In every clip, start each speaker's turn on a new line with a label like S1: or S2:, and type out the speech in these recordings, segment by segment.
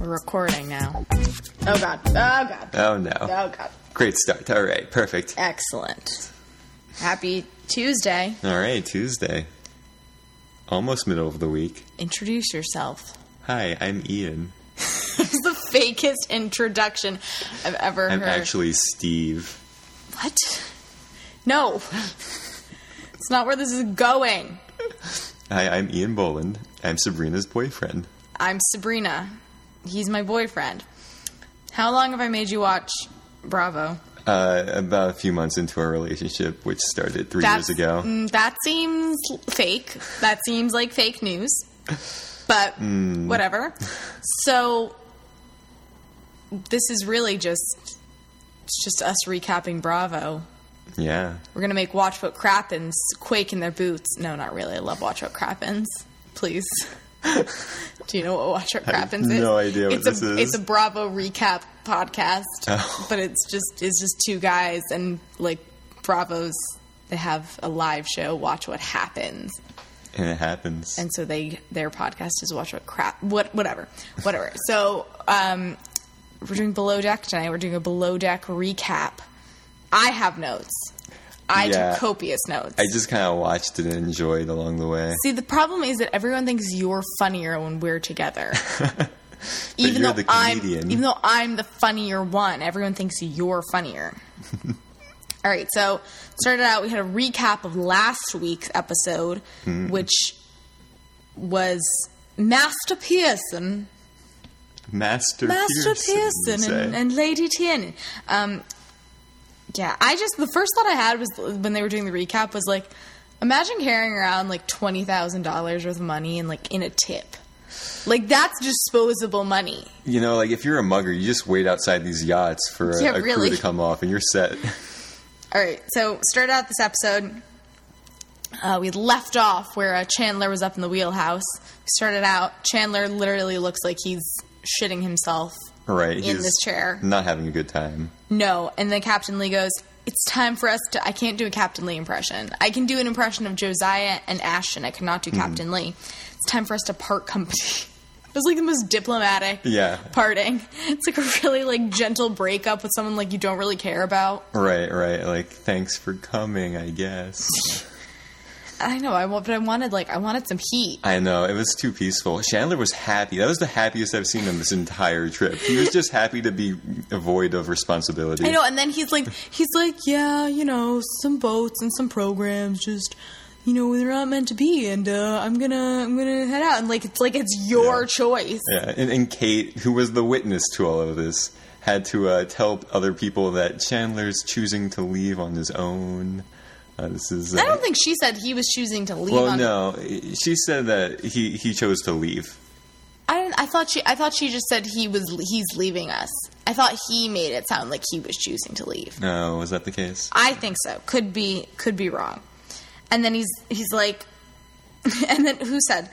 S1: recording now.
S2: Oh god. Oh god.
S3: Oh no.
S2: Oh god.
S3: Great start. All right, perfect.
S2: Excellent.
S1: Happy Tuesday.
S3: All right, Tuesday. Almost middle of the week.
S1: Introduce yourself.
S3: Hi, I'm Ian.
S1: It's the fakest introduction I've ever
S3: I'm
S1: heard.
S3: actually Steve.
S1: what? No. it's not where this is going.
S3: Hi, I'm Ian Boland. I'm Sabrina's boyfriend.
S1: I'm Sabrina. He's my boyfriend. How long have I made you watch Bravo?
S3: Uh, about a few months into our relationship, which started three years ago.
S1: mm, that seems l- fake. That seems like fake news. But
S3: Hmm.
S1: whatever. So this is really just it's just us recapping Bravo.
S3: Yeah.
S1: We're gonna make Watch What Crappens quake in their boots. No, not really. I love Watch What Crappens. Please. Do you know what Watch What Crappens is?
S3: no idea what
S1: it's a,
S3: this is.
S1: It's a Bravo recap podcast,
S3: Oh.
S1: but it's just it's just two guys and like Bravos. They have a live show, Watch What Happens,
S3: And it happens.
S1: and so they their podcast is Watch What Crap. What whatever, whatever. so um, we're doing Below Deck tonight. We're doing a Below Deck recap. I have notes. I
S3: Yeah.
S1: do copious notes.
S3: I just kind of watched it and enjoyed along the way.
S1: See, the problem is that everyone thinks you're funnier when we're together. even
S3: you're
S1: though
S3: the
S1: I'm,
S3: comedian.
S1: even though I'm the funnier one, everyone thinks you're funnier. All right, so started out. We had a recap of last week's episode,
S3: Hmm.
S1: which was Master Pearson,
S3: Master,
S1: Master
S3: you
S1: Pearson,
S3: say.
S1: and, and Lady Tian. Um, yeah, I just the first thought I had was when they were doing the recap was like, imagine carrying around like twenty thousand dollars worth of money and like in a tip, like that's disposable money.
S3: you know, like if you're a mugger, you just wait outside these yachts for a,
S1: Yeah,
S3: a
S1: really.
S3: crew to come off, and you're set.
S1: All right, so start out this episode. Uh, we left off where uh, Chandler was up in the wheelhouse. Started out, Chandler literally looks like he's shitting himself.
S3: right.
S1: In
S3: he's
S1: this chair.
S3: Not having a good time.
S1: No, and then Captain Lee goes, "It's time for us to." I can't do a Captain Lee impression. I can do an impression of Josiah and Ashton. I cannot do
S3: Mm-hmm.
S1: Captain Lee. It's time for us to part company. it was like the most diplomatic
S3: Yeah.
S1: parting. It's like a really like gentle breakup with someone like you don't really care about.
S3: Right, right. Like, thanks for coming, I guess.
S1: I know, I wa- but I wanted like I wanted some heat.
S3: I know. It was too peaceful. Chandler was happy. That was the happiest I've seen him this entire trip. He was just happy to be void of responsibility.
S1: I know, and then he's like, he's like, yeah, you know, some boats and some programs, just you know, they're not meant to be, and uh, I'm gonna, I'm gonna head out, and like, it's like it's your
S3: Yeah.
S1: choice.
S3: Yeah. And, and Kate, who was the witness to all of this, had to uh, tell other people that Chandler's choosing to leave on his own. Uh, this is. Uh,
S1: I don't think she said he was choosing to leave.
S3: well,
S1: on,
S3: no. She said that he, he chose to leave.
S1: I didn't. I thought she. I thought she just said he was. He's leaving us. I thought he made it sound like he was choosing to leave.
S3: No, was Oh, that the case?
S1: I think so. Could be. Could be wrong. And then he's he's like, and then who said?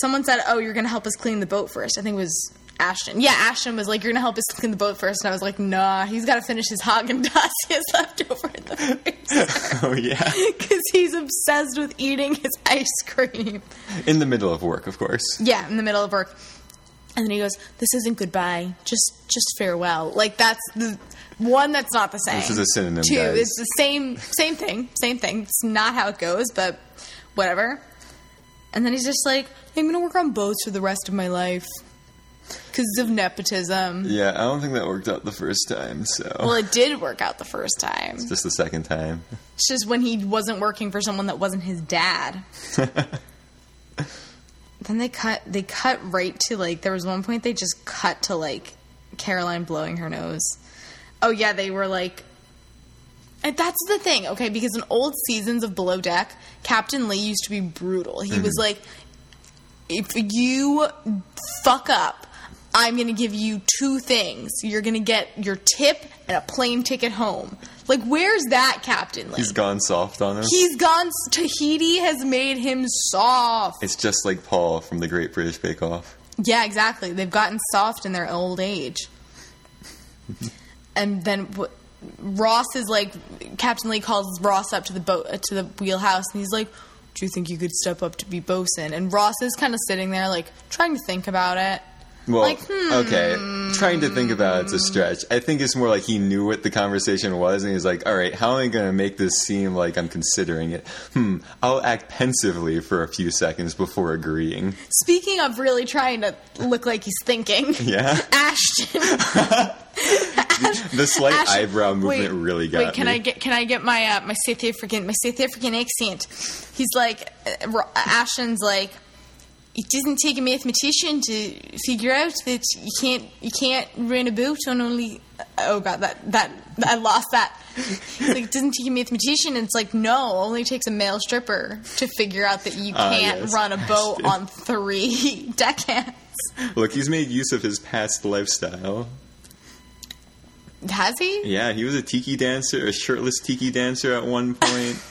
S1: Someone said, "Oh, you're gonna help us clean the boat first. I think it was Ashton. Yeah, Ashton was like, "You're gonna help us clean the boat first. And I was like, "Nah, he's got to finish his Haagen Dazs he has left over in the freezer
S3: oh, yeah.
S1: because he's obsessed with eating his ice cream."
S3: In the middle of work, of course.
S1: Yeah, in the middle of work. And then he goes, "This isn't goodbye. Just, just farewell." Like that's the one that's not the same.
S3: This is a synonym,
S1: Two,
S3: guys.
S1: it's the same, same thing, same thing. It's not how it goes, but whatever. And then he's just like, "I'm gonna work on boats for the rest of my life because of nepotism."
S3: Yeah, I don't think that worked out the first time, so.
S1: Well, it did work out the first time.
S3: just the second time.
S1: It's just when he wasn't working for someone that wasn't his dad. then they cut they cut right to like there was one point they just cut to like Caroline blowing her nose. Oh yeah, they were like and that's the thing, okay, because in old seasons of Below Deck, Captain Lee used to be brutal. He was like if you fuck up, I'm going to give you two things. You're going to get your tip and a plane ticket home. Like where's that Captain Lee?
S3: He's gone soft on us.
S1: He's gone. Tahiti has made him soft.
S3: it's just like Paul from the Great British Bake Off.
S1: Yeah, exactly. They've gotten soft in their old age. and then w- Ross is like, Captain Lee calls Ross up to the boat uh, to the wheelhouse, and he's like, "Do you think you could step up to be bosun?" And Ross is kind of sitting there, like trying to think about it.
S3: Well,
S1: Like, hmm.
S3: okay. Trying to think about it's a stretch. I think it's more like he knew what the conversation was, and he's like, "All right, how am I going to make this seem like I'm considering it? Hmm. I'll act pensively for a few seconds before agreeing."
S1: Speaking of really trying to look like he's thinking,
S3: Yeah.
S1: Ashton.
S3: The slight
S1: Ash-
S3: eyebrow movement
S1: wait,
S3: really got
S1: Wait, can
S3: me.
S1: I get can I get my uh, my South African my South African accent? He's like uh, Ro- Ashton's like it doesn't take a mathematician to figure out that you can't you can't run a boat on only oh god that that I lost that. It's like it doesn't take a mathematician. It's like no, only takes a male stripper to figure out that you
S3: Ah,
S1: can't
S3: yes,
S1: run a boat
S3: Ashton.
S1: on three deckhands.
S3: Look, he's made use of his past lifestyle.
S1: Has he?
S3: Yeah, he was a tiki dancer, a shirtless tiki dancer at one point.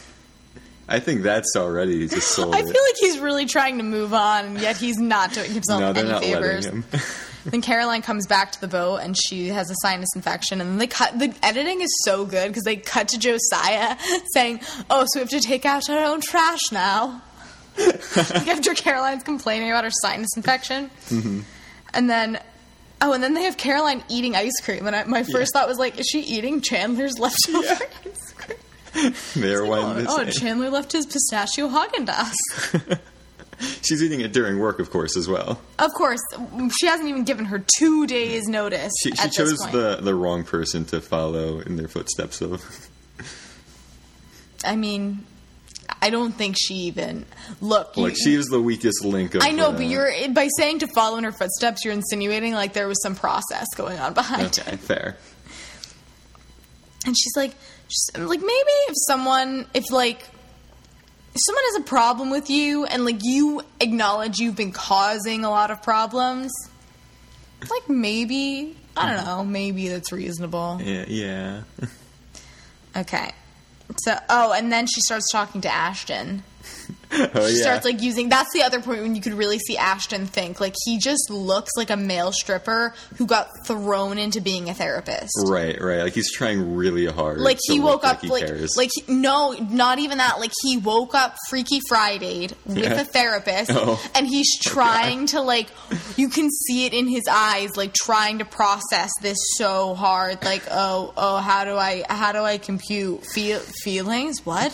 S3: I think that's already just sold
S1: I
S3: it.
S1: feel like he's really trying to move on, and yet he's not doing himself
S3: no, they're
S1: any
S3: not
S1: favors.
S3: letting him.
S1: Then Caroline comes back to the boat, and she has a sinus infection. And they cut. The editing is so good because they cut to Josiah saying, "Oh, so we have to take out our own trash now." like after Caroline's complaining about her sinus infection,
S3: Mm-hmm.
S1: and then. Oh, and then they have Caroline eating ice cream, and I, my first thought was like, "Is she eating Chandler's leftover ice cream?"
S3: They're one.
S1: Oh,
S3: the
S1: oh,
S3: same.
S1: Chandler left his pistachio Haagen Dazs.
S3: She's eating it during work, of course, as well.
S1: Of course, she hasn't even given her two days' notice.
S3: She, she
S1: at
S3: chose
S1: this point.
S3: the, the wrong person to follow in their footsteps of.
S1: I mean, I don't think she even look.
S3: Like,
S1: you-
S3: she is the weakest link of.
S1: I know,
S3: the-
S1: but you're by saying to follow in her footsteps, you're insinuating like there was some process going on behind it.
S3: Okay, fair.
S1: And she's like, she's, like maybe if someone, if like, if someone has a problem with you and like you acknowledge you've been causing a lot of problems, like maybe I don't know, maybe that's reasonable.
S3: Mm-hmm. Yeah, yeah.
S1: Okay. So, oh, and then she starts talking to Ashton.
S3: Oh,
S1: She
S3: yeah.
S1: starts like using. That's the other point when you could really see Ashton think. Like he just looks like a male stripper who got thrown into being a therapist.
S3: Right, right. Like, he's trying really hard.
S1: Like
S3: to
S1: he
S3: look
S1: woke up
S3: he
S1: like
S3: cares.
S1: like he- no, not even that. Like he woke up Freaky Friday with
S3: Yeah.
S1: a therapist,
S3: Oh.
S1: and he's trying to like. You can see it in his eyes, like trying to process this so hard. Like oh oh, how do I how do I compute feel feelings? What?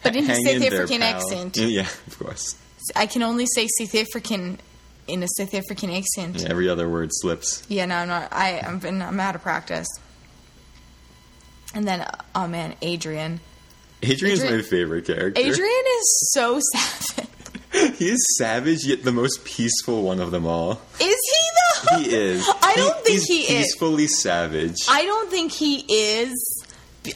S1: But in his
S3: Hang
S1: South
S3: in there,
S1: African
S3: pal.
S1: accent.
S3: Yeah, of course.
S1: I can only say South African in a South African accent. Yeah,
S3: Every other word slips.
S1: no, I'm not. I, I'm, been- I'm out of practice. And then, oh man, Adrian.
S3: Adrian's
S1: Adrian-
S3: my favorite character.
S1: Adrian is so savage.
S3: He is savage, yet the most peaceful one of them all.
S1: Is he though?
S3: He is.
S1: I don't think
S3: he's
S1: he is.
S3: peacefully savage.
S1: I don't think he is.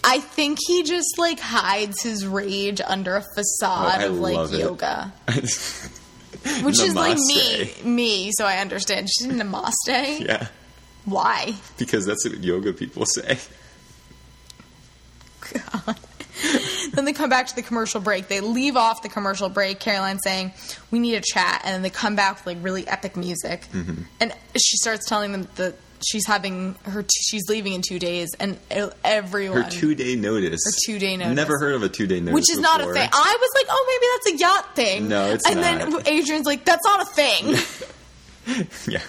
S1: I think he just like hides his rage under a facade
S3: Oh, I
S1: of like
S3: love it.
S1: yoga, which is like me,
S3: Namaste.
S1: me. So I understand. She's namaste.
S3: yeah,
S1: Why?
S3: because that's what yoga people say.
S1: then they come back to the commercial break. They leave off the commercial break. Caroline saying, "We need a chat," and then they come back with like really epic music.
S3: Mm-hmm.
S1: And she starts telling them that she's having her t- she's leaving in two days, and e- everyone,
S3: Her two day notice. Her
S1: two-day notice.
S3: Never heard of a two day notice.
S1: which is not a
S3: before.
S1: thing. I was like, "Oh, maybe that's a yacht thing."
S3: No, it's
S1: and
S3: not.
S1: then Adrian's like, "That's not a thing,"
S3: yeah.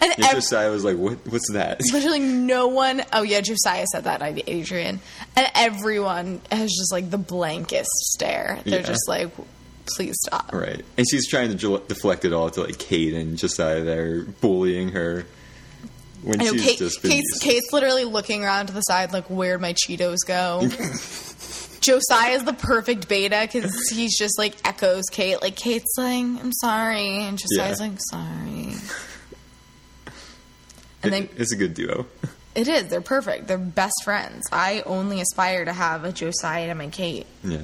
S1: and
S3: Mr.
S1: ev-
S3: Sai was like, "What? What's that?"
S1: literally no one oh yeah josiah said that I adrian and everyone has just like the blankest stare they're
S3: Yeah.
S1: just like please stop
S3: right. And she's trying to jel- deflect it all to like Kate and Josiah. They're bullying her when
S1: I know
S3: she's
S1: Kate,
S3: just been.
S1: Kate's,
S3: used.
S1: Kate's literally looking around to the side, like, where'd my Cheetos go? Josiah's the perfect beta because he's just like echoes Kate. Like, Kate's like, I'm sorry. And Josiah's
S3: Yeah.
S1: like, sorry.
S3: It-
S1: And then
S3: it's a good duo.
S1: it is. They're perfect. They're best friends. I only aspire to have a Josiah and my Kate
S3: yeah.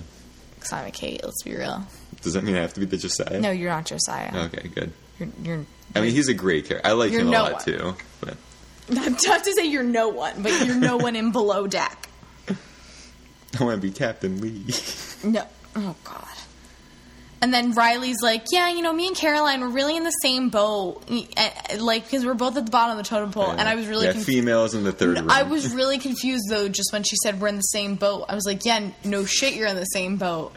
S1: because I'm a Kate. Let's be real.
S3: Does that mean I have to be the Josiah?
S1: No, you're not Josiah.
S3: Okay, good.
S1: You're, you're
S3: I mean, he's a great character. I like
S1: You're
S3: him a
S1: no
S3: lot
S1: one.
S3: too. But
S1: not tough to say you're no one, but you're no one in below deck.
S3: I want to be Captain Lee.
S1: No. Oh God. And then Riley's like, yeah, you know, me and Caroline were really in the same boat, y- eh, like because we're both at the bottom of the totem pole, Oh, and I was really
S3: yeah,
S1: conf-
S3: females in the third row.
S1: I was really confused though, just when she said we're in the same boat. I was like, yeah, n- no shit, you're in the same boat.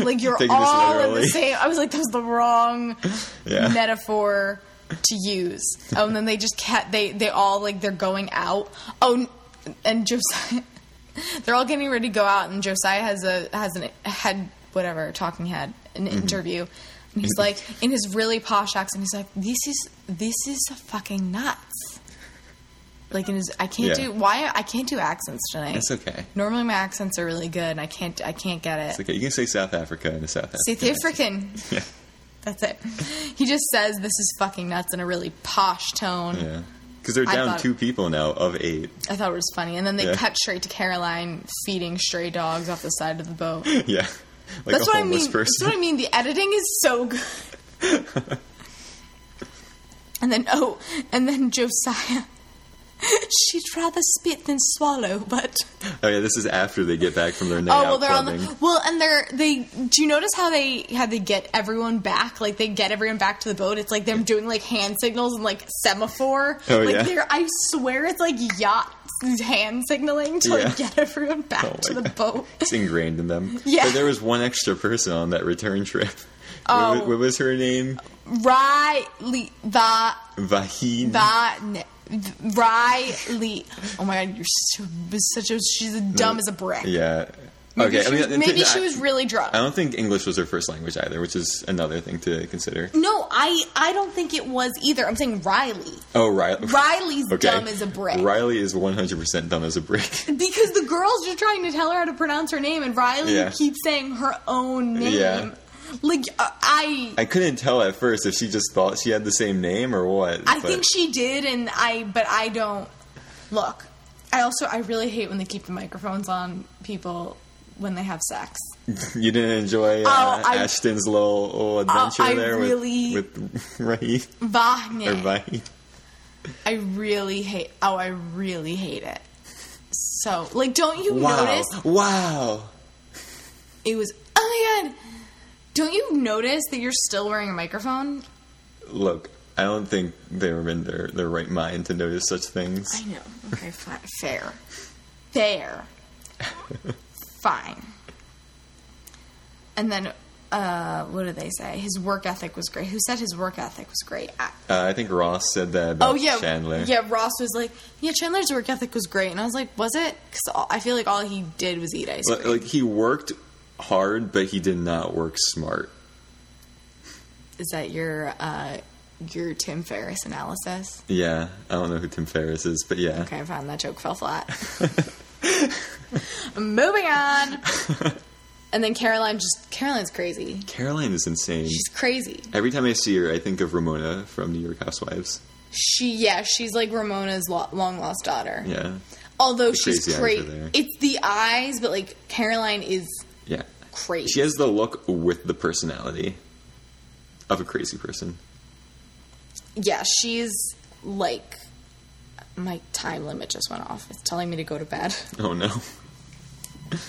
S1: Like you're
S3: Taking this
S1: all in the
S3: literally.
S1: same. I was like, that was the wrong
S3: Yeah.
S1: metaphor. to use. Oh, and then they just cat they they all like they're going out. Oh, n- and Josiah, they're all getting ready to go out, and Josiah has a has an head whatever talking head an
S3: Mm-hmm.
S1: interview, and he's like in his really posh accent. He's like, "This is this is fucking nuts." Like in his, I can't
S3: Yeah.
S1: do why I can't do accents tonight.
S3: It's okay.
S1: Normally my accents are really good, and I can't I can't get it.
S3: It's okay. You can say South Africa in a South Africa.
S1: South African.
S3: Yeah.
S1: That's it. He just says this is fucking nuts in a really posh tone.
S3: Yeah. Because they're
S1: I
S3: down
S1: thought-
S3: two people now of eight.
S1: I thought it was funny. And then they
S3: Yeah.
S1: cut straight to Caroline feeding stray dogs off the side of the boat.
S3: Yeah. Like
S1: That's
S3: a
S1: what I
S3: homeless
S1: mean. That's
S3: person.
S1: what I mean. The editing is so good. and then oh, and then Josiah. She'd rather spit than swallow, but
S3: Oh yeah, this is after they get back from their
S1: oh
S3: night out
S1: well, they're
S3: clubbing.
S1: on the well, and they're they. Do you notice how they how they get everyone back? Like they get everyone back to the boat. It's like them doing like hand signals and like semaphore.
S3: Oh,
S1: like
S3: yeah.
S1: they're I swear it's like yachts hand signaling to like,
S3: Yeah.
S1: get everyone back
S3: Oh,
S1: to
S3: my
S1: the
S3: God.
S1: boat.
S3: It's ingrained in them.
S1: Yeah.
S3: But there was one extra person on that return trip.
S1: Oh.
S3: What, wa- what was her name?
S1: Riley, the
S3: Vaheen.
S1: the Riley. Oh my god, you're so, such a she's dumb as a brick.
S3: yeah.
S1: Maybe
S3: okay.
S1: she
S3: I mean,
S1: was,
S3: I-
S1: maybe
S3: I-
S1: she was really drunk.
S3: I don't think English was her first language either, which is another thing to consider.
S1: no, I I don't think it was either. I'm saying Riley.
S3: Oh, Riley.
S1: Riley's
S3: Okay.
S1: dumb as a brick.
S3: Riley is 100% dumb as a brick.
S1: Because the girls are trying to tell her how to pronounce her name, and Riley
S3: Yeah.
S1: keeps saying her own name.
S3: Yeah.
S1: Like uh, I, I,
S3: I couldn't tell at first if she just thought she had the same name or what. but-
S1: think she did, and I, but I don't. Look, I also I really hate when they keep the microphones on people when they have sex.
S3: You didn't enjoy uh,
S1: Oh, I- Oh,
S3: Ashton's little, little adventure
S1: I
S3: there
S1: really-
S3: with, with Raheem.
S1: Wagner.
S3: Or Vaheen.
S1: I really hate. Oh, I really hate it. So, like, don't you
S3: Wow.
S1: notice
S3: Wow.
S1: it was? Oh my god! Don't you notice that you're still wearing a microphone?
S3: Look, I don't think they were in their, their right mind to notice such things.
S1: I know. Okay, fine. Fair. Fair. fine. And then, uh, what did they say? His work ethic was great. Who said his work ethic was great? I-
S3: Uh, I think Ross said that about
S1: oh yeah,
S3: Chandler.
S1: Yeah, Ross was like, yeah, Chandler's work ethic was great, and I was like, was it? Because I feel like all he did was eat ice cream.
S3: Like, like, he worked hard, but he did not work smart.
S1: Is that your uh, your Tim Ferriss analysis?
S3: Yeah, I don't know who Tim Ferriss is, but yeah.
S1: Okay, I found that joke fell flat. Moving on. And then Caroline just Caroline's crazy.
S3: Caroline is insane.
S1: She's crazy.
S3: Every time I see her, I think of Ramona from New York Housewives.
S1: She yeah, she's like Ramona's lo- long lost daughter.
S3: Yeah,
S1: Although
S3: crazy
S1: she's
S3: eyes
S1: crazy.
S3: are there.
S1: It's the eyes, but like Caroline is
S3: yeah.
S1: crazy.
S3: She has the look with the personality of a crazy person.
S1: yeah, she's like my time limit just went off. It's telling me to go to bed.
S3: Oh no.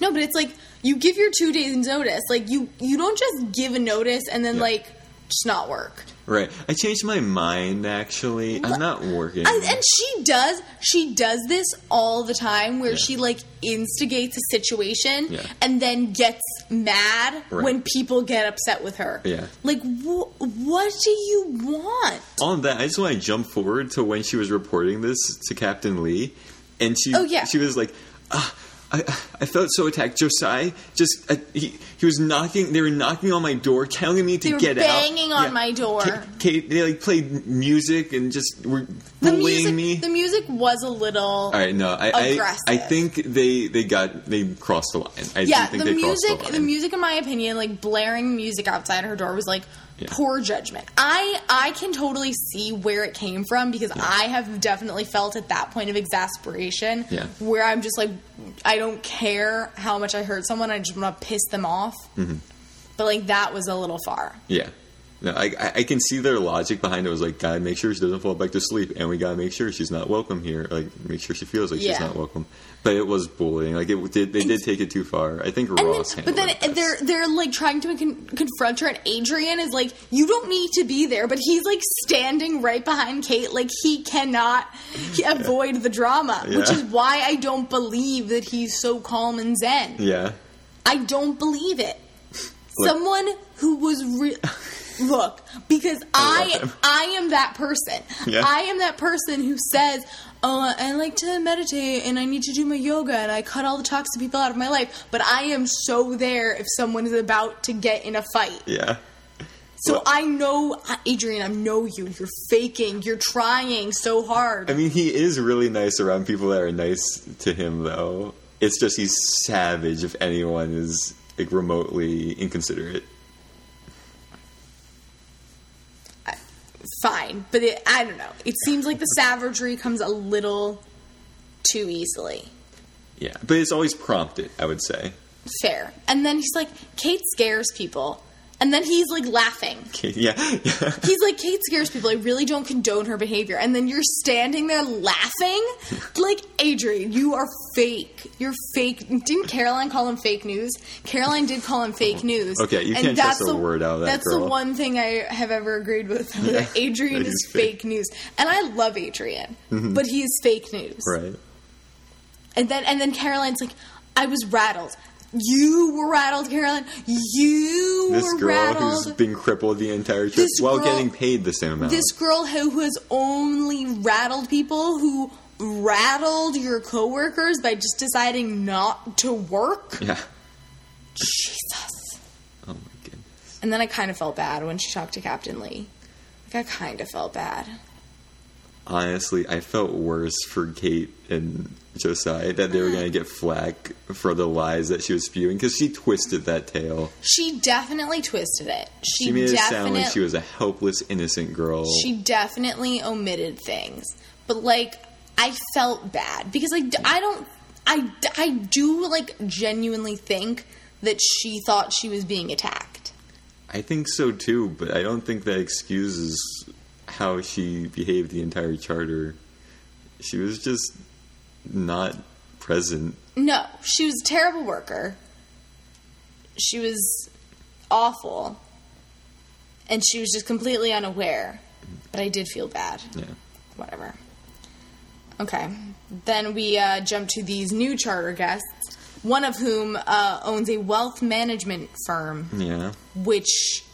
S1: No, but it's like you give your two days notice. Like you you don't just give a notice and then
S3: Yeah.
S1: like just not work.
S3: Right. I changed my mind. Actually, I'm not working.
S1: And, and she does she does this all the time where
S3: Yeah.
S1: she like instigates a situation
S3: Yeah.
S1: and then gets mad
S3: Right.
S1: when people get upset with her.
S3: Yeah.
S1: Like wh- what do you want?
S3: on that, I just want to jump forward to when she was reporting this to Captain Lee, and she
S1: Oh, yeah.
S3: she was like, ah, I I felt so attacked. Josiah just I, he he was knocking. They were knocking on my door, telling me to
S1: were
S3: get out,
S1: banging on my door.
S3: Ka- Kate, they like played music and just were
S1: The music
S3: bullying me.
S1: the music was a little
S3: all right, no, I, I
S1: Aggressive.
S3: I think they they got they crossed the line. I do
S1: yeah,
S3: think
S1: the
S3: they crossed
S1: music, the,
S3: the line.
S1: music, in my opinion, like blaring music outside her door was like
S3: Yeah.
S1: poor judgment. I I can totally see where it came from because I have definitely felt at that point of exasperation
S3: Yeah.
S1: where I'm just like, I don't care how much I hurt someone, I just want to piss them off.
S3: Mm-hmm.
S1: But like that was a little far.
S3: Yeah. No, I, I- I can see their logic behind it was like, God, make sure she doesn't fall back to sleep, and we gotta make sure she's not welcome here. Like, make sure she feels like she's
S1: Yeah.
S3: not welcome. But it was bullying. Like, it did they did take it too far. I think
S1: And
S3: Ross.
S1: then, but
S3: handled
S1: then
S3: it best.
S1: they're they're like trying to con- confront her, and Adrian is like, "You don't need to be there," but he's like standing right behind Kate, like he cannot he- avoid the drama, which
S3: Yeah.
S1: is why I don't believe that he's so calm and zen.
S3: yeah.
S1: I don't believe it.
S3: Look.
S1: Someone who was re- look because
S3: I
S1: I
S3: love him.
S1: I, am that person.
S3: Yeah.
S1: I am that person who says, "Oh, I like to meditate and I need to do my yoga and I cut all the toxic people out of my life." But I am so there if someone is about to get in a fight.
S3: Yeah.
S1: So
S3: Well-
S1: I know, Adrian, I know you. You're faking. You're trying so hard.
S3: I mean, he is really nice around people that are nice to him, though. It's just he's savage if anyone is like remotely inconsiderate.
S1: Fine, but it, I don't know. It seems like the savagery comes a little too easily.
S3: Yeah, but it's always prompted. I would say
S1: Fair. And then he's like, Kate scares people. And then he's like laughing.
S3: yeah, yeah.
S1: He's like, Kate scares people. I really don't condone her behavior. And then you're standing there laughing. Like, Adrian, you are fake. You're fake. Didn't Caroline call him fake news? Caroline did call him fake news.
S3: Okay, you can't
S1: that's
S3: trust a word out of that
S1: That's the
S3: girl.
S1: one thing I have ever agreed with. that Adrian
S3: that
S1: is
S3: he's
S1: fake.
S3: fake. Mm-hmm.
S1: news. And I love Adrian, but he is fake news.
S3: right.
S1: And then and then Caroline's like, I was rattled. You were rattled, Caroline. You
S3: This
S1: were
S3: girl
S1: rattled.
S3: who's been crippled the entire trip
S1: This
S3: while
S1: girl-
S3: getting paid the same amount.
S1: this girl who, who has only rattled people who rattled your coworkers by just deciding not to work.
S3: yeah.
S1: Jesus.
S3: Oh my goodness.
S1: And then I kind of felt bad when she talked to Captain Lee. Like I kind of felt bad.
S3: Honestly, I felt worse for Kate and Josiah that they were going to get flack for the lies that she was spewing because she twisted that tale.
S1: She definitely twisted it. She,
S3: She made it
S1: definitely
S3: sound like she was a helpless, innocent girl.
S1: she definitely omitted things but like i felt bad because like d- i don't i i do like genuinely think that she thought she was being attacked
S3: I think so too, but I don't think that excuses how she behaved the entire charter. She was just not present.
S1: no she was a terrible worker she was awful and she was just completely unaware but i did feel bad
S3: Yeah.
S1: whatever. Okay. Then we uh, jump to these new charter guests, one of whom uh, owns a wealth management firm,
S3: Yeah.
S1: which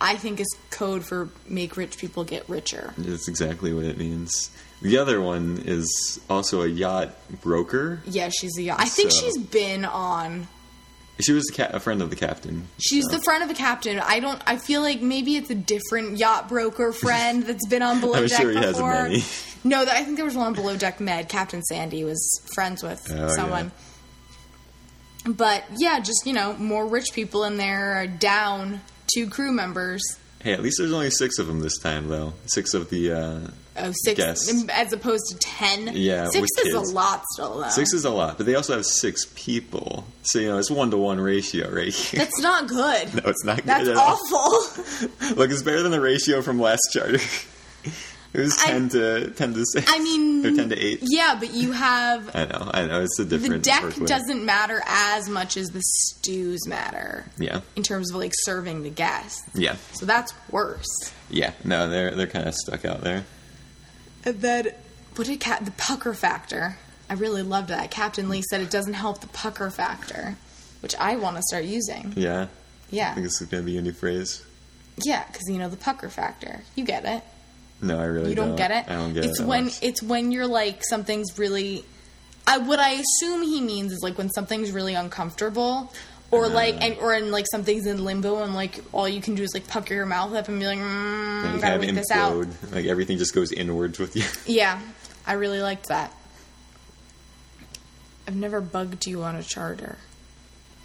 S1: I think is code for make rich people get richer.
S3: That's exactly what it means. The other one is also a yacht broker.
S1: Yeah, she's a. I think
S3: So-
S1: she's been on.
S3: She was a, ca- a friend of the captain.
S1: She's the friend of a captain. I don't. I feel like maybe it's a different yacht broker friend that's been on below
S3: I'm
S1: deck
S3: sure he has
S1: before.
S3: many.
S1: No, th- I think there was one on below deck med. Captain Sandy was friends with
S3: Oh,
S1: someone. But yeah, just you know, more rich people in there are down two crew members.
S3: Hey, at least there's only six of them this time, though. Six of the. Uh,
S1: Oh, six
S3: Guests.
S1: as opposed to ten.
S3: Yeah,
S1: six
S3: with
S1: is
S3: kids.
S1: a lot still though.
S3: Six is a lot, but they also have six people. So, you know, it's one to one ratio right here.
S1: That's not good.
S3: no, it's not good
S1: That's
S3: at all.
S1: awful.
S3: Look, it's better than the ratio from last charter. it was
S1: I-
S3: ten to ten to six.
S1: I mean,
S3: or ten to eight.
S1: Yeah, but you have
S3: I know, I know. It's a
S1: the
S3: different.
S1: deck
S3: workload.
S1: doesn't matter as much as the stews matter.
S3: Yeah.
S1: In terms of like serving the guests.
S3: Yeah,
S1: So that's worse.
S3: yeah. No, they're they're kind of stuck out there.
S1: And then what did Cap the pucker factor? I really loved that. Captain Lee said it doesn't help the pucker factor, which I want to start using.
S3: Yeah. I
S1: Yeah.
S3: think this is gonna be a new phrase.
S1: Yeah, cuz you know the pucker factor. You get it.
S3: No, I really
S1: You don't get it.
S3: uh, I don't get
S1: it's
S3: it. that
S1: when
S3: much.
S1: it's when you're like something's really I what I assume he means is like when something's really uncomfortable or
S3: Uh-huh.
S1: like and or in like something's in limbo and like all you can do is like pucker your mouth up and be like mm,
S3: Like,
S1: gotta
S3: have
S1: wait this out.
S3: implode. Like everything just goes inwards with you.
S1: Yeah, I really liked that. I've never bugged you on a charter.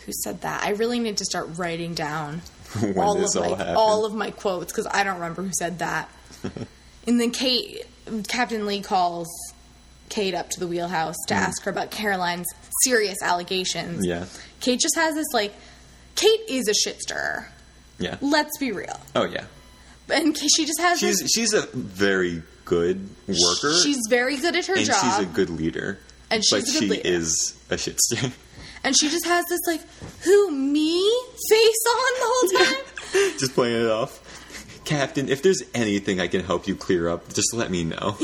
S1: Who said that? I really need to start writing down
S3: When
S1: all
S3: this
S1: of
S3: all
S1: my
S3: happened.
S1: all of my quotes because I don't remember who said that. and then Kate, Captain Lee calls Kate up to the wheelhouse to ask her about Caroline's serious allegations.
S3: Mm. Yeah.
S1: Kate just has this like, Kate is a shit stirrer.
S3: Yeah.
S1: Let's be real,
S3: Oh yeah.
S1: and Ka- she just has
S3: She's
S1: this.
S3: she's a very good worker.
S1: She's very good at her
S3: and
S1: job.
S3: she's a good leader.
S1: And she's
S3: but
S1: a good
S3: she
S1: leader.
S3: is a shitster.
S1: And she just has this like, who me face on the whole time.
S3: just playing it off. Captain, if there's anything I can help you clear up, just let me know.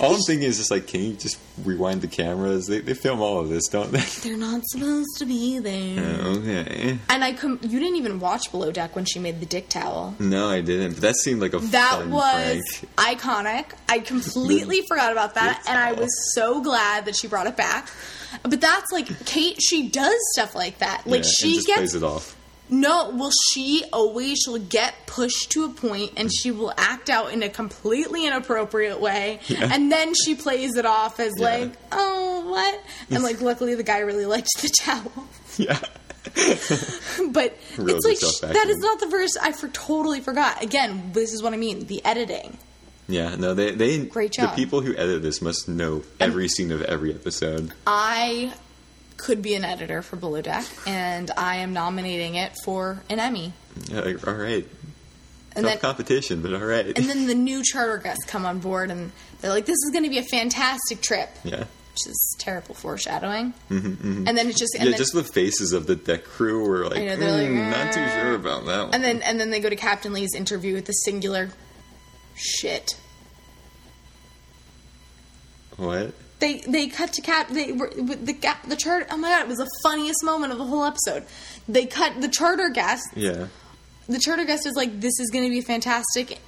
S3: All I'm thinking is just like, can you just rewind the cameras? They, they film all of this, don't they?
S1: They're not supposed to be there.
S3: okay.
S1: And I com- you didn't even watch Below Deck when she made the dick towel.
S3: No, I didn't. But that seemed like a
S1: That
S3: fun
S1: was
S3: prank.
S1: iconic. I completely forgot about that,
S3: Good
S1: and I
S3: call.
S1: was so glad that she brought it back. But that's like Kate. She does stuff like that. Like
S3: Yeah,
S1: she
S3: and just
S1: gets
S3: plays it off.
S1: No, well, she always she'll get pushed to a point, and she will act out in a completely inappropriate way,
S3: Yeah.
S1: and then she plays it off as
S3: Yeah.
S1: like, "Oh, what?" And like, luckily, the guy really liked the towel.
S3: Yeah.
S1: But it's
S3: Reels
S1: like
S3: herself
S1: sh-
S3: back
S1: that
S3: in.
S1: is not the verse I for totally forgot. Again, this is what I mean: the editing.
S3: Yeah, no, they they
S1: Great
S3: The
S1: job.
S3: people who edit this must know every scene of every episode.
S1: I could be an editor for Below Deck, and I am nominating it for an Emmy.
S3: Yeah, like, all right,
S1: And
S3: tough
S1: then
S3: competition, but all right.
S1: and then the new charter guests come on board, and they're like, "This is going to be a fantastic trip."
S3: yeah,
S1: which is terrible foreshadowing. And then it just and
S3: Mm-hmm, yeah,
S1: then,
S3: just the faces of the deck crew were like,
S1: know, they're like,
S3: "Mm, not too
S1: "Uh,"
S3: sure about that one.
S1: and then and then they go to Captain Lee's interview with the singular shit.
S3: what?
S1: They they cut to cap they were with the ga- the chart. Oh my god, it was the funniest moment of the whole episode. They cut the charter guest.
S3: Yeah,
S1: The charter guest is like, "This is going to be a fantastic."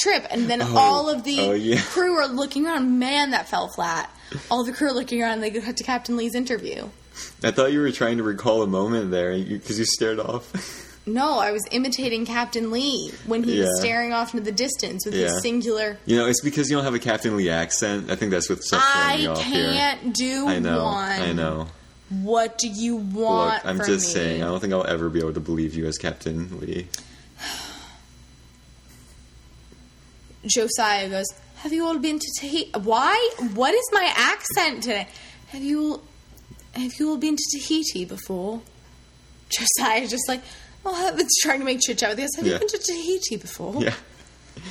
S1: Trip and then
S3: Oh.
S1: all of the
S3: Oh, yeah.
S1: crew are looking around. Man, that fell flat. All the crew are looking around. They go to Captain Lee's interview.
S3: I thought you were trying to recall a moment there because you stared off.
S1: No, I was imitating Captain Lee when he was
S3: Yeah.
S1: staring off into the distance with
S3: Yeah.
S1: his singular.
S3: you know, it's because you don't have a Captain Lee accent. I think that's what's throwing
S1: I
S3: me off here.
S1: can't do
S3: I know,
S1: one.
S3: I know.
S1: What do you
S3: Look,
S1: want?
S3: I'm
S1: from
S3: just
S1: me?
S3: saying, I don't think I'll ever be able to believe you as Captain Lee.
S1: Josiah goes. Have you all been to Tahiti? Why? What is my accent today? Have you all? Have you all been to Tahiti before? Josiah just like, oh, it's trying to make chit chat with us. Have
S3: Yeah.
S1: you been to Tahiti before?
S3: Yeah,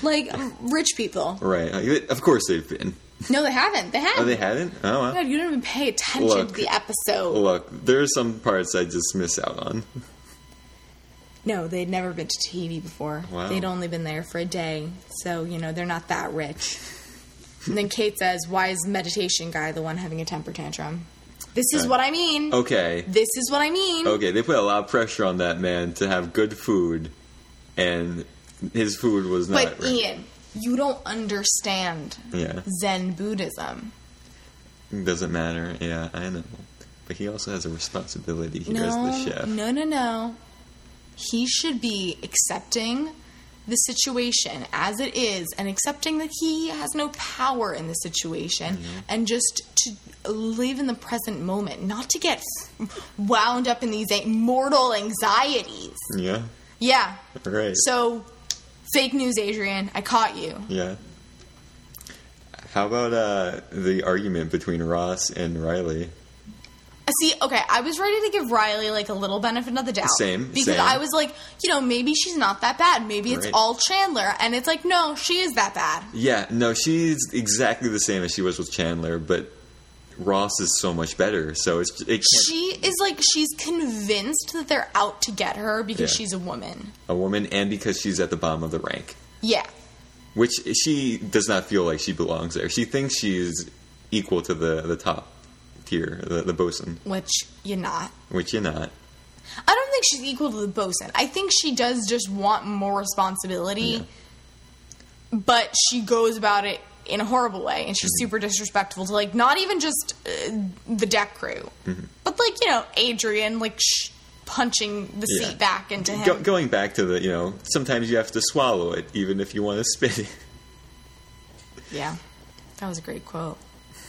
S1: Like um, rich people?
S3: right. Uh, Of course they've been.
S1: No, they haven't. They haven't.
S3: Oh, they hadn't. Oh, well.
S1: God, you don't even pay attention
S3: Look.
S1: to the episode.
S3: Look, there are some parts I just miss out on.
S1: No, they'd never been to Tahiti before.
S3: Wow.
S1: They'd only been there for a day, so you know they're not that rich. and then Kate says, "Why is meditation guy the one having a temper tantrum?" This is
S3: Right. Oh.
S1: what I mean.
S3: Okay.
S1: This is what I mean.
S3: Okay, they put a lot of pressure on that man to have good food, and his food was not.
S1: But
S3: right.
S1: Ian, you don't understand
S3: Yeah.
S1: Zen Buddhism.
S3: Doesn't matter. Yeah, I know. But he also has a responsibility here as
S1: No,
S3: the chef.
S1: no, no, no. He should be accepting the situation as it is and accepting that he has no power in the situation
S3: Mm-hmm.
S1: and just to live in the present moment, not to get wound up in these a- mortal anxieties.
S3: Yeah.
S1: Yeah.
S3: Right.
S1: So, fake news, Adrian. I caught you.
S3: Yeah. How about uh, the argument between Ross and Riley?
S1: See, okay, I was ready to give Riley like a little benefit of the doubt.
S3: Same,
S1: Because
S3: same.
S1: I was like, you know, maybe she's not that bad. Maybe it's
S3: Right.
S1: all Chandler. And it's like, no, she is that bad.
S3: Yeah, no, she's exactly the same as she was with Chandler, but Ross is so much better. So it's it can't,
S1: She is like, she's convinced that they're out to get her because
S3: Yeah.
S1: she's a woman.
S3: a woman, and because she's at the bottom of the rank.
S1: Yeah.
S3: which she does not feel like she belongs there. She thinks she's equal to the the top tier, the, the bosun,
S1: Which you're not.
S3: which you're not.
S1: I don't think she's equal to the bosun. I think she does just want more responsibility, but she goes about it in a horrible way, and
S3: Mm-hmm.
S1: she's super disrespectful to like not even just uh, the deck crew,
S3: Mm-hmm.
S1: but like you know Adrian like sh- punching the
S3: Yeah.
S1: seat back into him.
S3: Go, going back to the, you know, sometimes you have to swallow it, even if you want to spit it.
S1: Yeah, that was a great quote.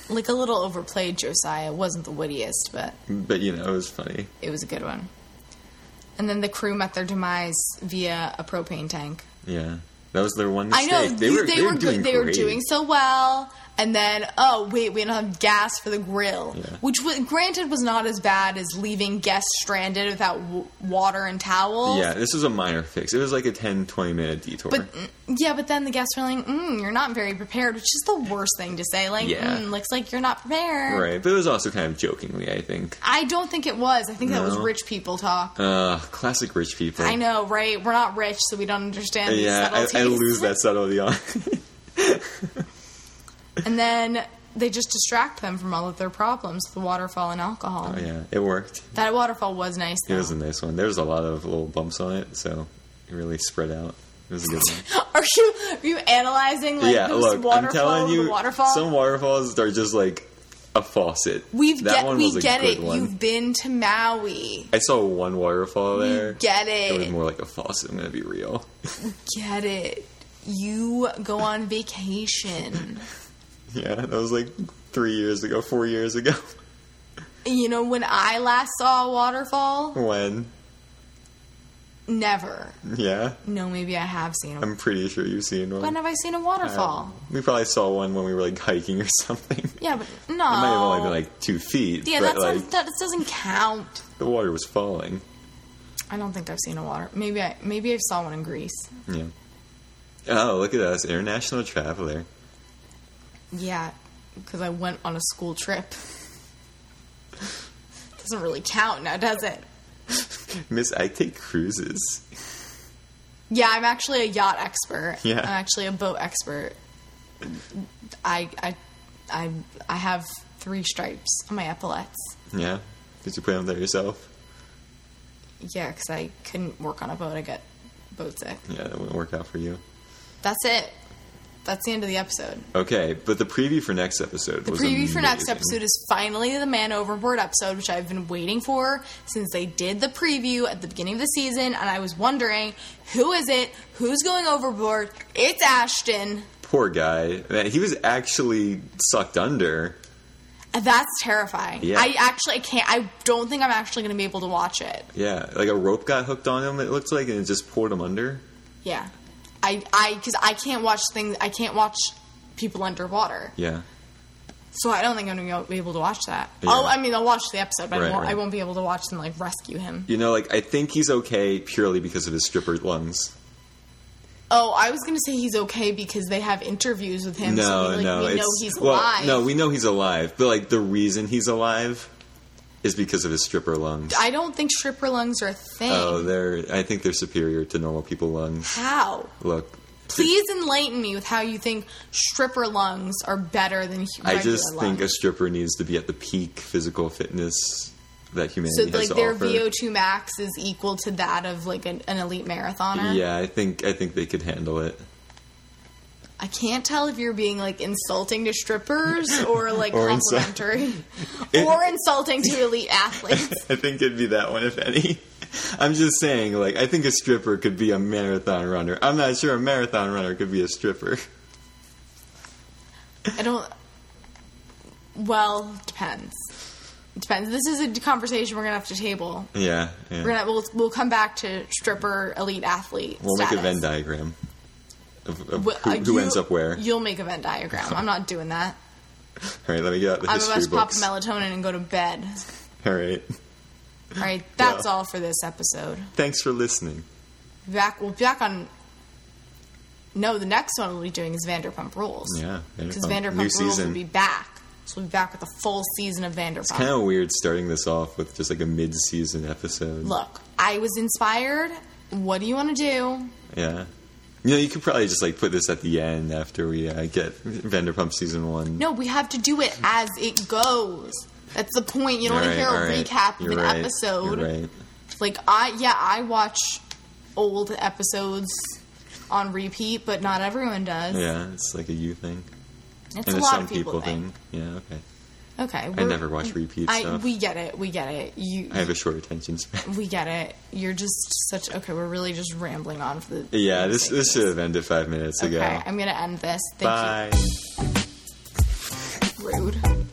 S1: Like a little overplayed, Josiah It wasn't the wittiest, but
S3: But you know, it was funny.
S1: it was a good one. And then the crew met their demise via a propane tank.
S3: Yeah, that was their one
S1: I
S3: mistake.
S1: know
S3: they
S1: you-
S3: were they, were doing
S1: good. They were
S3: great.
S1: doing so well, and then oh wait, we don't have gas for the grill,
S3: Yeah.
S1: which was, granted was not as bad as leaving guests stranded without w- water and towels.
S3: Yeah, this was a minor fix. It was like a 10, 20 minute detour.
S1: But mm, yeah, but then the guests were like, mm, "You're not very prepared," which is the worst thing to say. Like,
S3: Yeah.
S1: mm, looks like you're not prepared.
S3: right, but it was also kind of jokingly, I think.
S1: I don't think it was. I think that was
S3: No.
S1: rich people talk.
S3: Uh, classic rich people.
S1: I know, right? We're not rich, so we don't understand. these
S3: Yeah, I, I
S1: subtleties.
S3: lose that subtlety on.
S1: and then they just distract them from all of their problems the waterfall and alcohol.
S3: Oh, yeah, it worked.
S1: That waterfall was nice.
S3: It
S1: Though.
S3: was a nice one. There was a lot of little bumps on it, so it really spread out. It was a good one.
S1: Are you are you analyzing like
S3: yeah,
S1: this
S3: look, I'm
S1: waterfall?
S3: telling
S1: the
S3: you,
S1: waterfall.
S3: some waterfalls are just like a faucet.
S1: We've
S3: that
S1: get
S3: one was
S1: we
S3: a
S1: get
S3: good
S1: it.
S3: one.
S1: You've been to Maui.
S3: I saw one waterfall there.
S1: Get
S3: It was
S1: it.
S3: more like a faucet. I'm gonna be real.
S1: Get it. You go on vacation.
S3: yeah, that was like three years ago, four years ago.
S1: you know when I last saw a waterfall?
S3: when?
S1: Never.
S3: Yeah,
S1: No, maybe I have seen a
S3: I'm pretty sure you've seen one.
S1: When have I seen a waterfall?
S3: we probably saw one when we were like hiking or something. It
S1: yeah, but no.
S3: might have only been like two feet,
S1: yeah,
S3: but
S1: that's
S3: like
S1: not, that doesn't count.
S3: the water was falling.
S1: I don't think I've seen a water. Maybe I maybe I saw one in Greece.
S3: Yeah. Oh, look at us, international traveler.
S1: Yeah, because I went on a school trip. doesn't really count now, does it?
S3: Miss, I take cruises.
S1: Yeah, I'm actually a yacht expert.
S3: Yeah.
S1: I'm actually a boat expert. I I I I have three stripes on my epaulets.
S3: Yeah. Did you put them there yourself?
S1: Yeah, because I couldn't work on a boat. I got boat sick.
S3: Yeah, that wouldn't work out for you.
S1: That's it. That's the end of the episode.
S3: Okay, but the preview for next episode.
S1: The
S3: was
S1: preview for next
S3: amazing.
S1: episode is finally the Man Overboard episode, which I've been waiting for since they did the preview at the beginning of the season, and I was wondering who is it? Who's going overboard? It's Ashton.
S3: Poor guy. Man, he was actually sucked under.
S1: That's terrifying.
S3: Yeah.
S1: I actually I can't. I don't think I'm actually going to be able to watch it.
S3: Yeah, like a rope got hooked on him. It looked like, and it just pulled him under.
S1: Yeah, I I because I can't watch things. I can't watch people underwater.
S3: Yeah,
S1: So I don't think I'm going to be able to watch that.
S3: Yeah.
S1: Oh, I mean, I'll watch the episode, but
S3: Right,
S1: I, won't, I
S3: right.
S1: won't be able to watch them like rescue him.
S3: you know, like I think he's okay purely because of his stripper lungs.
S1: Oh, I was going to say he's okay because they have interviews with him.
S3: No,
S1: so we, like,
S3: no,
S1: we
S3: it's
S1: know he's
S3: well,
S1: alive.
S3: no, we know he's alive, but like the reason he's alive is because of his stripper lungs.
S1: I don't think stripper lungs are a thing.
S3: Oh, they're I think they're superior to normal people lungs.
S1: how?
S3: Look,
S1: Please enlighten me with how you think stripper lungs are better than hu-
S3: I
S1: regular
S3: just
S1: lungs.
S3: think a stripper needs to be at the peak physical fitness that
S1: so
S3: humanity
S1: like
S3: has to
S1: their
S3: offer.
S1: VO2 max is equal to that of like an, an elite marathoner.
S3: yeah, I think I think they could handle it.
S1: I can't tell if you're being like insulting to strippers or like
S3: Or insul-
S1: complimentary or insulting to elite athletes.
S3: I think it'd be that one if any. I'm just saying, like I think a stripper could be a marathon runner. I'm not sure a marathon runner could be a stripper.
S1: I don't. Well, depends. Depends. This is a conversation we're gonna have to table.
S3: Yeah, yeah.
S1: We're gonna we'll, we'll come back to stripper elite athlete.
S3: we'll make a
S1: status.
S3: Venn diagram of, of
S1: Wh-
S3: who,
S1: uh,
S3: who
S1: you-
S3: ends up where.
S1: You'll make a Venn diagram. I'm not doing that.
S3: All right, let me get out the
S1: I'm
S3: history
S1: about to pop
S3: books.
S1: melatonin and go to bed.
S3: All right,
S1: All right, that's
S3: Yeah.
S1: all for this episode.
S3: thanks for listening.
S1: Back we'll be back on. No, the next one we'll be doing is Vanderpump Rules.
S3: Yeah,
S1: because
S3: Vanderpump.
S1: Vanderpump
S3: New
S1: Rules
S3: season.
S1: will be back. So we'll be back with a full season of Vanderpump.
S3: Kind of weird starting this off with just like a mid-season episode.
S1: Look, I was inspired. What do you want to do?
S3: Yeah. You know, you could probably just like put this at the end after we uh, get Vanderpump season one.
S1: No, we have to do it as it goes. That's the point. You don't want to hear a recap of an episode.
S3: You're right.
S1: Like I, yeah, I watch old episodes on repeat, but not everyone does.
S3: Yeah, it's like a you thing.
S1: It's
S3: And
S1: a
S3: a
S1: lot
S3: some
S1: of people, think.
S3: Yeah, okay.
S1: Okay,
S3: I
S1: we're-
S3: never watch repeat
S1: I
S3: stuff.
S1: we get it, we get it. You
S3: I have a short attention span.
S1: we get it. You're just such okay. We're really just rambling on for the
S3: yeah,
S1: for the
S3: this
S1: sake of
S3: this should have ended five minutes
S1: Okay,
S3: ago.
S1: I'm gonna end this. Thank
S3: Bye.
S1: you. Rude.